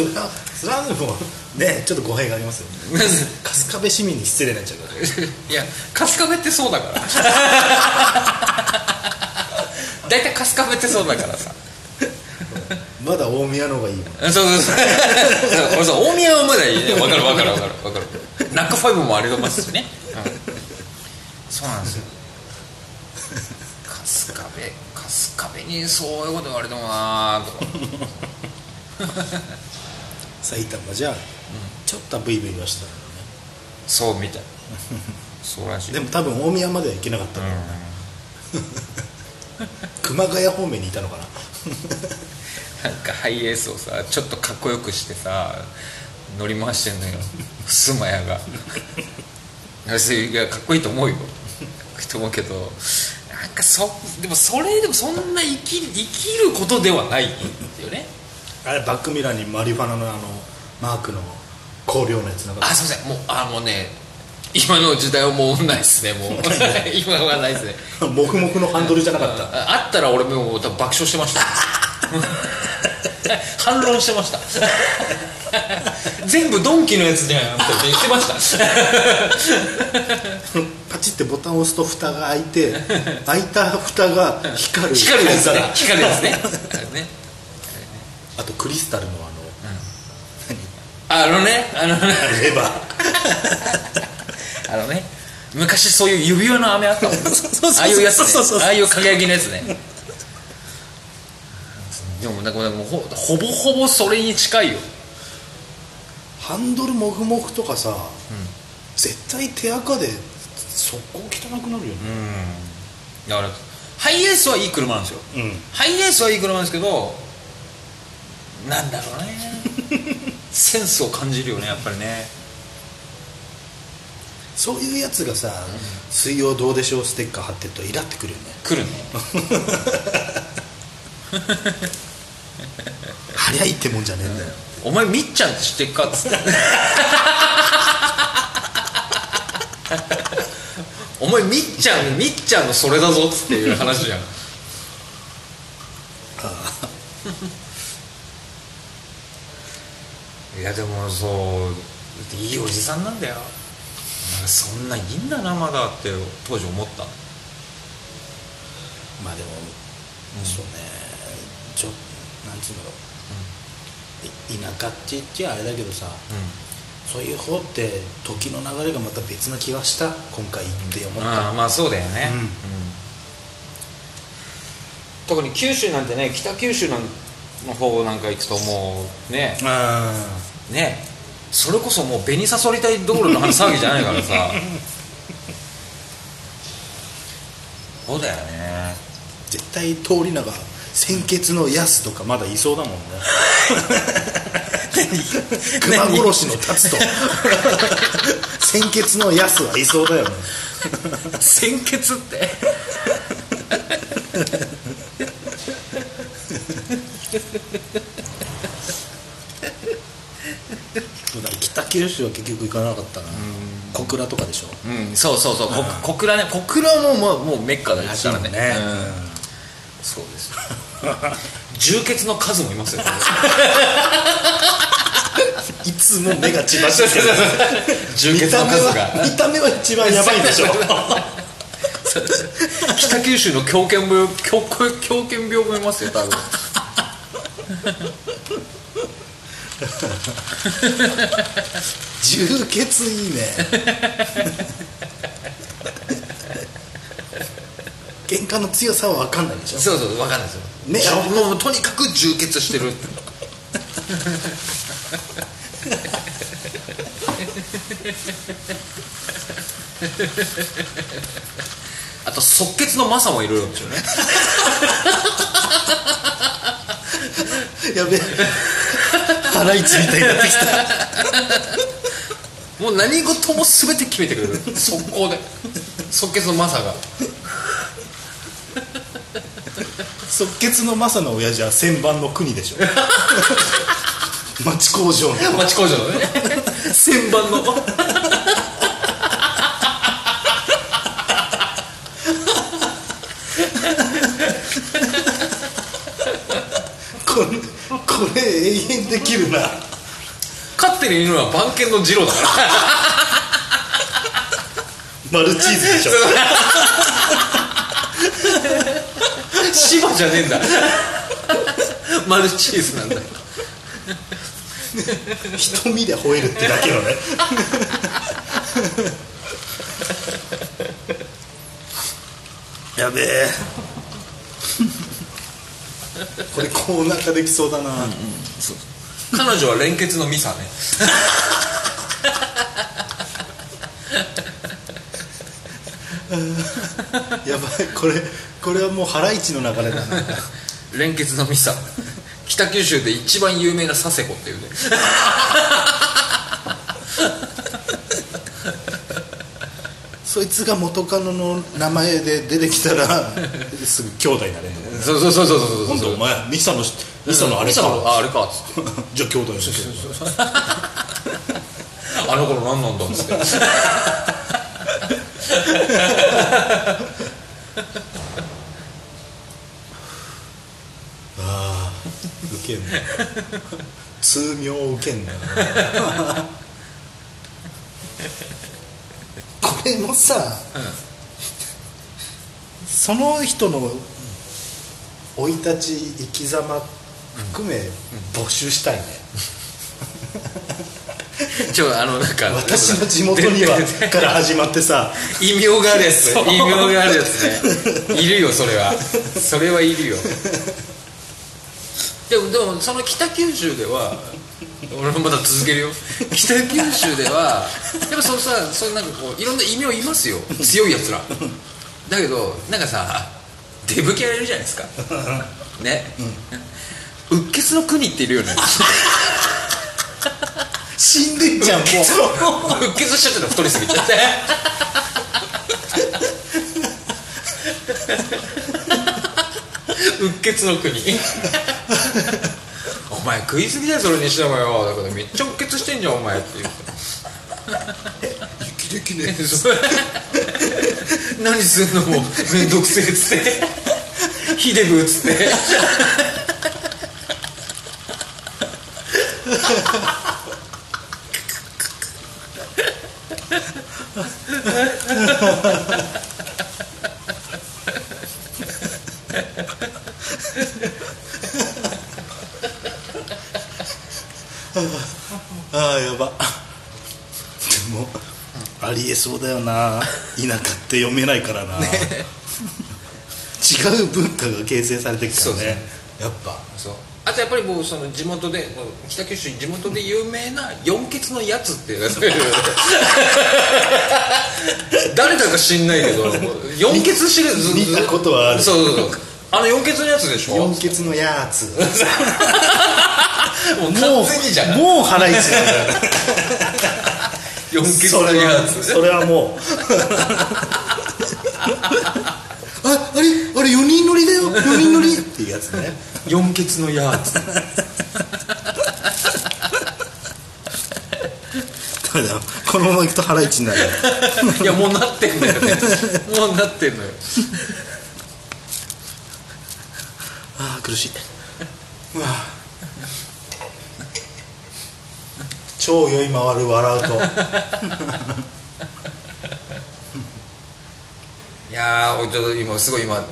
Speaker 2: れはそれはでもねちょっと語弊がありますよね春日部市民に失礼なんちゃうから
Speaker 1: いや春日部ってそうだ から大体春日部ってそうだからさ
Speaker 2: まだ大宮の方がいい
Speaker 1: そ
Speaker 2: わ
Speaker 1: うそうそう俺さ大宮はまだいいね分かる分かる分かる分かるナックファイブもありますしね、うんそうなんですよ春日部春日部にそういうこと言われてもなーとか
Speaker 2: 埼玉じゃ、ちょっとはブイブイはした
Speaker 1: そうみたいそうらしい
Speaker 2: でも多分大宮までは行けなかったから、ね熊谷方面にいたのかな
Speaker 1: なんかハイエースをさちょっとかっこよくしてさ乗り回してんのよ襖屋が別にいやかっこいいと思うよかっこいいと思うけどなんかそでもそれでもそんな生き生きることではないよね
Speaker 2: あれバックミラーにマリファナのあのマークの香料のやつなか
Speaker 1: あ
Speaker 2: った
Speaker 1: すいませんもうあのね今の時代はもうないっすねもう今はないっすね
Speaker 2: モフモフのハンドルじゃなかった
Speaker 1: ああったら俺もう多分爆笑してました 反論してました全部ドンキのやつじゃんって言ってました
Speaker 2: パチってボタンを押すと蓋が開いて開いた蓋が光る
Speaker 1: 光るやつね
Speaker 2: コンサ
Speaker 1: 光るやつ ね
Speaker 2: あとクリスタルのあの
Speaker 1: あのねあのね
Speaker 2: レバー
Speaker 1: あのね昔そういう指輪の飴あったもん ああいうやつ
Speaker 2: そうそうそうそう
Speaker 1: ねああいう輝きのやつねでもなんかもうほほぼほぼそれに近いよ
Speaker 2: ハンドルもふもふとかさ、絶対手垢で速攻汚くなるよね
Speaker 1: だからハイエースはいい車なんですよ
Speaker 2: うん、
Speaker 1: ハイエースはいい車なんですけどなんだろうねセンスを感じるよねやっぱりね
Speaker 2: そういうやつがさ、水曜どうでしょう」ステッカー貼ってるとイラってくるよね
Speaker 1: 来るね
Speaker 2: 貼りゃいいってもんじゃねえんだよ、
Speaker 1: お前みっちゃん知ってっかっ つってお前みっちゃんみっちゃんのそれだぞっつっていう話じゃんいやでもそういいおじさんなんだよなんかそんないいんだなまだって当時思った
Speaker 2: まあでも、そうねちょなんつうんだろう、い田舎って言っちゃあれだけどさ、そういう方って時の流れがまた別な気がした今回って思っ
Speaker 1: あ
Speaker 2: た、
Speaker 1: あまあそうだよね、
Speaker 2: うん
Speaker 1: 特に九州なんてね北九州なんの方なんか行くともうね
Speaker 2: あ
Speaker 1: ねそれこそもう紅さそりたいどころの話騒ぎじゃないからさ そうだよね
Speaker 2: 絶対通り長鮮血のヤスとかまだいそうだもんね熊殺しの達 と鮮血のヤスはいそうだよね
Speaker 1: 鮮血って
Speaker 2: そうだ 北九州は結局行かなかったな小倉とかでしょ
Speaker 1: うんそうそうそうこ小倉ね小倉ももうもうメッカだ
Speaker 2: らしい
Speaker 1: から
Speaker 2: もん
Speaker 1: ね
Speaker 2: ね
Speaker 1: うんそうです 充血の数もい ますよ
Speaker 2: いつも目が血走
Speaker 1: そう
Speaker 2: って
Speaker 1: そう
Speaker 2: る
Speaker 1: そう そう充血の数が
Speaker 2: 見た目は見た目は一番やばいんで しょ
Speaker 1: 北九州の狂犬病狂狂犬病もいますよ多分
Speaker 2: 充血い いね喧嘩の強さは分かんないでしょ
Speaker 1: そうそう分かんないですよ
Speaker 2: ね
Speaker 1: ねもうとにかく充血してるあと即決のマサもいるんですよね
Speaker 2: やべえハライチみたいになってきた
Speaker 1: もう何事も全て決めてくれる速攻で即決のマサが
Speaker 2: 即決のマサの親父は旋盤の国 でしょ町工場の
Speaker 1: 町工場のね 旋盤の
Speaker 2: これこれ永遠できるな
Speaker 1: 飼ってる犬は番犬のジローだから
Speaker 2: マルチーズでしょ
Speaker 1: 芝じゃねえんだマルチーズなんだ
Speaker 2: 瞳で吠えるってだけのね やべえこれコーナー化できそうだな、
Speaker 1: 彼女は連結のミサね
Speaker 2: やばいこれこれはもうハライチの流れだな
Speaker 1: 連結のミサ北九州で一番有名な佐世保っていうね
Speaker 2: そいつが元カノの名前で出てきたら すぐ兄弟になれるの
Speaker 1: そうそうそうそうそうそう
Speaker 2: 今度お前ミサのミサのあれか
Speaker 1: ああれかっつって
Speaker 2: じゃあ兄弟にして
Speaker 1: あの頃何なんだっつって
Speaker 2: ウケんな通名ウケんな これもさ、その人の生い立ち生き様含め募集したいね、
Speaker 1: ちょあのなんか
Speaker 2: 私の地元 には
Speaker 1: 全然
Speaker 2: から始まってさ
Speaker 1: 異名があるやつ
Speaker 2: そう
Speaker 1: 異名があるやつねいるよそれはそれはいるよでもでもその北九州では俺もまだ続けるよ北九州ではやっぱそうさそういうなんかこういろんな異名いますよ強いやつらだけどなんかさ出ぶきられるじゃないですかね、うっけすの国っているよね
Speaker 2: 死んでんじゃんもう
Speaker 1: うっけずしちゃってた太りすぎちゃってうっけつの国お前食いすぎだよそれにしてもよだからめっちゃうっけつしてんじゃんお前って言う
Speaker 2: 雪できね
Speaker 1: そう何すんのもうめんどくせえっつってヒデブっつって
Speaker 2: ああやばでもありえそうだよな田舎って読めないからな、違う文化が形成されてきた
Speaker 1: そう
Speaker 2: ね
Speaker 1: ですね
Speaker 2: やっぱ
Speaker 1: そうあとやっぱりもうその地元でもう北九州地元で有名な四欠のやつ っていう誰だか知んないけど四欠シリーズ
Speaker 2: 見見たことはある
Speaker 1: そうそうそうあの四欠のやつでしょも
Speaker 2: 四
Speaker 1: う
Speaker 2: 欠のやつ
Speaker 1: 完全にじゃん
Speaker 2: もうもう腹いせなんだよ
Speaker 1: 四欠
Speaker 2: そ
Speaker 1: の
Speaker 2: れ
Speaker 1: や
Speaker 2: は
Speaker 1: つ
Speaker 2: それはもうああれあれ4人乗りだよ4人乗りっていうやつね
Speaker 1: 四欠のやつ
Speaker 2: ダメだよこのままいくと腹いちになるよ
Speaker 1: いやもうなってんのよねもうなってんのよ
Speaker 2: ああ苦しいうわ超酔い回る笑うと
Speaker 1: いやー俺ちょっと今すごい今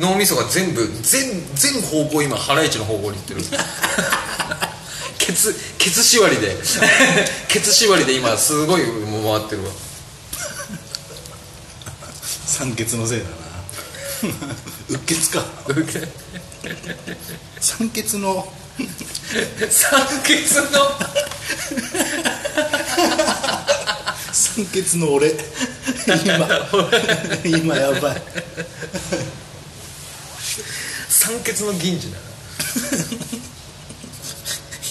Speaker 1: 脳みそが全部全全方向今ハライチの方向に行ってる ケツケツ縛りで ケツ縛りで今すごいもう回ってるわ
Speaker 2: 酸欠のせいだなうっ血か酸欠
Speaker 1: 酸欠
Speaker 2: の
Speaker 1: の
Speaker 2: 酸欠の俺 今今やばい
Speaker 1: 酸欠の銀次だな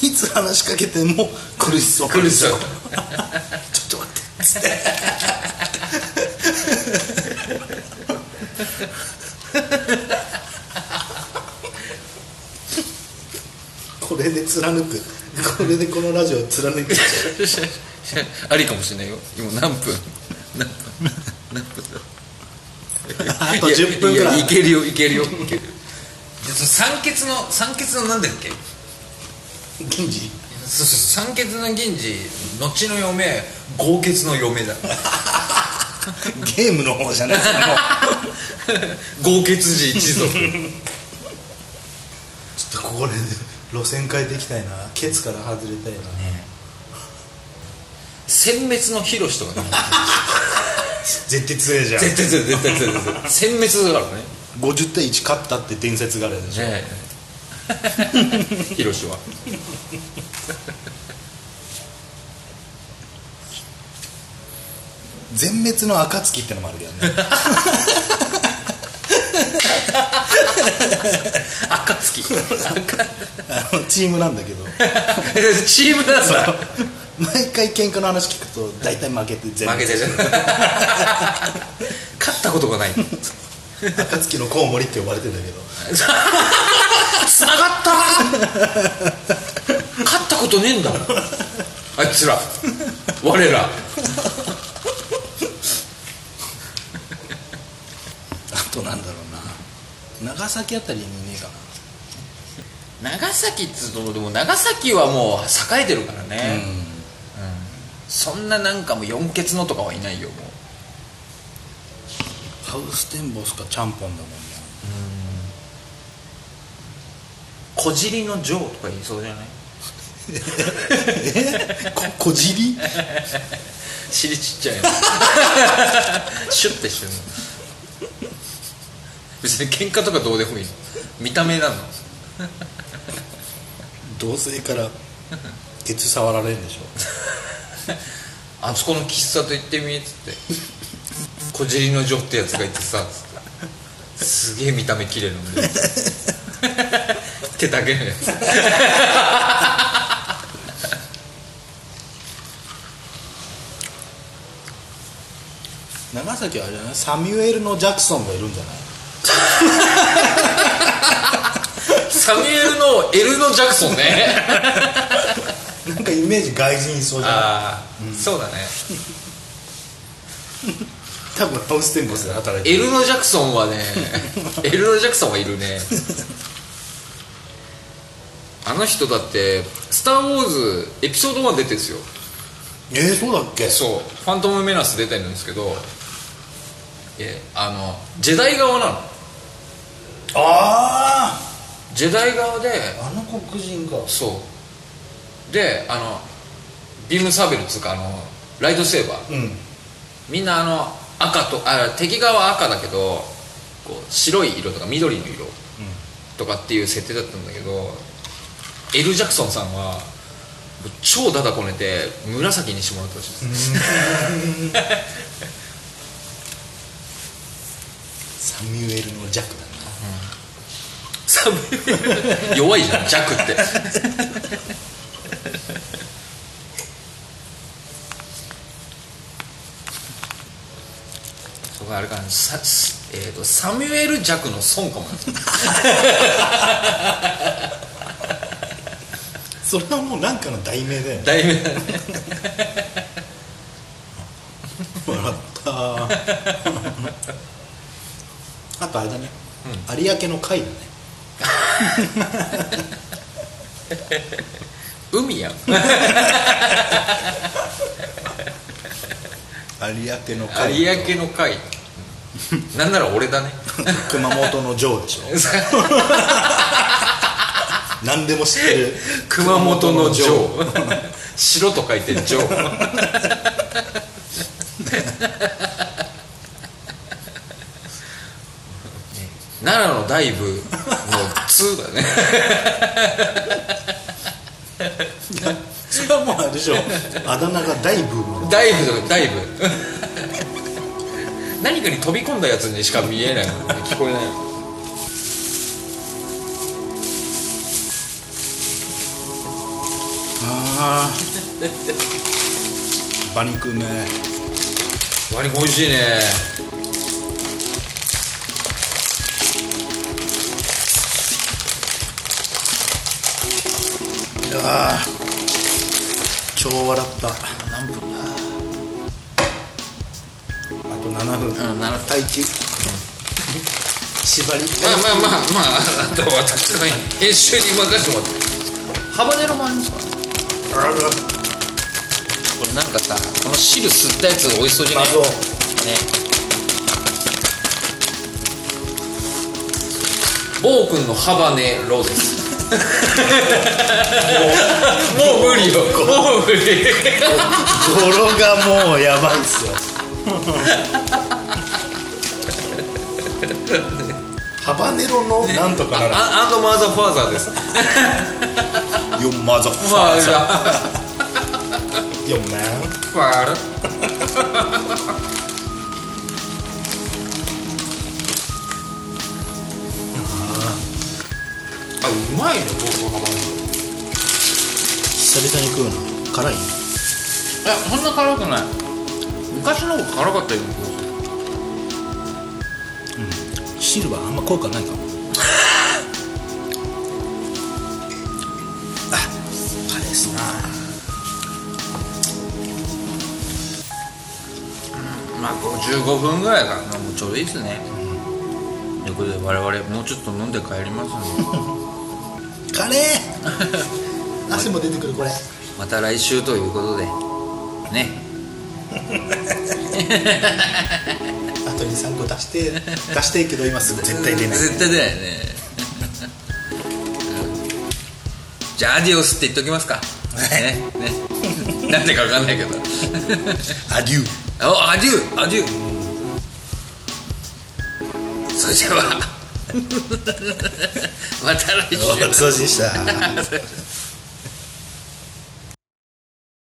Speaker 1: い
Speaker 2: つ話しかけても苦しそう
Speaker 1: 苦しそう
Speaker 2: ちょっと待ってっつってこれで貫くこれでこのラジオ貫いて
Speaker 1: ありかもしれないよ今何分
Speaker 2: あと10分ぐらい
Speaker 1: ややいけるよいけるよいけるでその酸欠の酸欠のなんだっけ
Speaker 2: 銀次
Speaker 1: そうそう酸欠の銀次後の嫁豪傑の嫁だ
Speaker 2: ゲームの方じゃないですかもう
Speaker 1: 豪傑寺一族
Speaker 2: ちょっとここで路線変えていきたいなケツから外れたいな、
Speaker 1: 殲滅のヒロシとかね
Speaker 2: 絶対強えじゃん
Speaker 1: 絶対絶対絶対絶対殲滅だからね
Speaker 2: 50対1勝ったって伝説があるでしょ
Speaker 1: ねえヒロシは
Speaker 2: 全滅の暁ってのもあるけどね
Speaker 1: 暁
Speaker 2: あのチームなんだけど
Speaker 1: チームなんだ
Speaker 2: 毎回喧嘩の話聞くと大体負けて全
Speaker 1: 負けてる勝ったことがない
Speaker 2: 暁のコウモリって呼ばれてんだけど
Speaker 1: つながった勝ったことねえんだもんあいつら我ら
Speaker 2: あとなんだろうな長崎あたりにねえか
Speaker 1: 長崎っつうとでも長崎はもう栄えてるからね、
Speaker 2: な、
Speaker 1: そんななんかもう四欠のとかはいないよもう
Speaker 2: ハウステンボスかちゃんぽんだもんね
Speaker 1: 小尻のジョーとか言いそうじゃない
Speaker 2: えこ こじり
Speaker 1: 尻ちっ ちゃいのシュッてしてるの別に喧嘩とかどうでもいいの見た目なの
Speaker 2: 同性からケツ触られるんでしょ
Speaker 1: あそこの喫茶と行ってみっつってこじりの女ってやつがいてさつってすげえ見た目綺麗なんだ よ手だけのやつ
Speaker 2: 長崎はあれじゃないサミュエルのジャクソンがいるんじゃない
Speaker 1: サミュエルのエルノ・ジャクソンね
Speaker 2: なんかイメージ外人いそうじゃない
Speaker 1: ああ、そうだね
Speaker 2: 多分ハウステンボスで働いて
Speaker 1: エ
Speaker 2: る
Speaker 1: ルノ・ジャクソンは ねエルノ・ジャクソンはいるねあの人だって「スター・ウォーズ」エピソード1出てるんですよ
Speaker 2: えー、そうだっけ
Speaker 1: そう「ファントム・メナス」出てるんですけどえあのジェダイ側なの
Speaker 2: あ
Speaker 1: ジェダイ側で
Speaker 2: ああの黒人が
Speaker 1: そうであのビームサーベルっつうかあのライトセーバー
Speaker 2: うん
Speaker 1: みんなあの赤とあ敵側は赤だけどこう白い色とか緑の色とかっていう設定だったんだけど、エル・ジャクソンさんは超ダダこねて紫にしてもらったらしいです、
Speaker 2: サミュエルのジャクだな
Speaker 1: 寒い弱いじゃん弱ってそこあれかなさすえー、とサミュエル・ジャクの孫かも
Speaker 2: それはもうなんかの題名だよね
Speaker 1: だいぶ
Speaker 2: 笑った あとあれだね、有明の貝だね
Speaker 1: 海やん
Speaker 2: 有明の貝
Speaker 1: 有明の会なんなら俺だね
Speaker 2: 熊本の城 でしょ何でも知ってる
Speaker 1: 熊本の城 白と書いて城 奈良の大部の「通」だ ね
Speaker 2: それはもうあれでしょあだ名が大ブームの
Speaker 1: 大部だ大部何かに飛び込んだやつにしか見えないもんね聞こえない
Speaker 2: あー馬肉ね
Speaker 1: 割り美味しいね
Speaker 2: あ超笑った何分だあと7分
Speaker 1: うん7分
Speaker 2: 待機、縛り
Speaker 1: まあまあまあまああとは私の編集に任せてもらってハバネロもありますか
Speaker 2: ある
Speaker 1: これなんかさこの汁吸ったやつ美味しそうじゃない
Speaker 2: そう
Speaker 1: ね暴君のハバネロですもう無理よもう無理
Speaker 2: 語呂がもうやばいっすよハバネロのなんとかなら、
Speaker 1: あアンドマーザファーザーです
Speaker 2: よマザフ
Speaker 1: ま
Speaker 2: ァ
Speaker 1: あ
Speaker 2: ー
Speaker 1: じ
Speaker 2: ザ
Speaker 1: ゃあ
Speaker 2: ーよマン
Speaker 1: ファー あうまいね僕のハバネロ
Speaker 2: 久々に食うな辛い
Speaker 1: いやそんな辛くない昔の方が辛かったような気がする
Speaker 2: シルバーあんま効果ないかもあカレーっすな
Speaker 1: まあ55分ぐらいかなもうちょうどいいですね、ということで我々もうちょっと飲んで帰りますので
Speaker 2: カレー汗も出てくるこれ
Speaker 1: また来週ということでね
Speaker 2: あと23個出して出して けど今すぐ絶対出ない
Speaker 1: 絶対出ないね じゃあアディオスって言っておきますかねねなんでかわかんないけど
Speaker 2: アデ ュー
Speaker 1: あアデューアデューそれじゃあ また来週
Speaker 2: ごちそうさまでした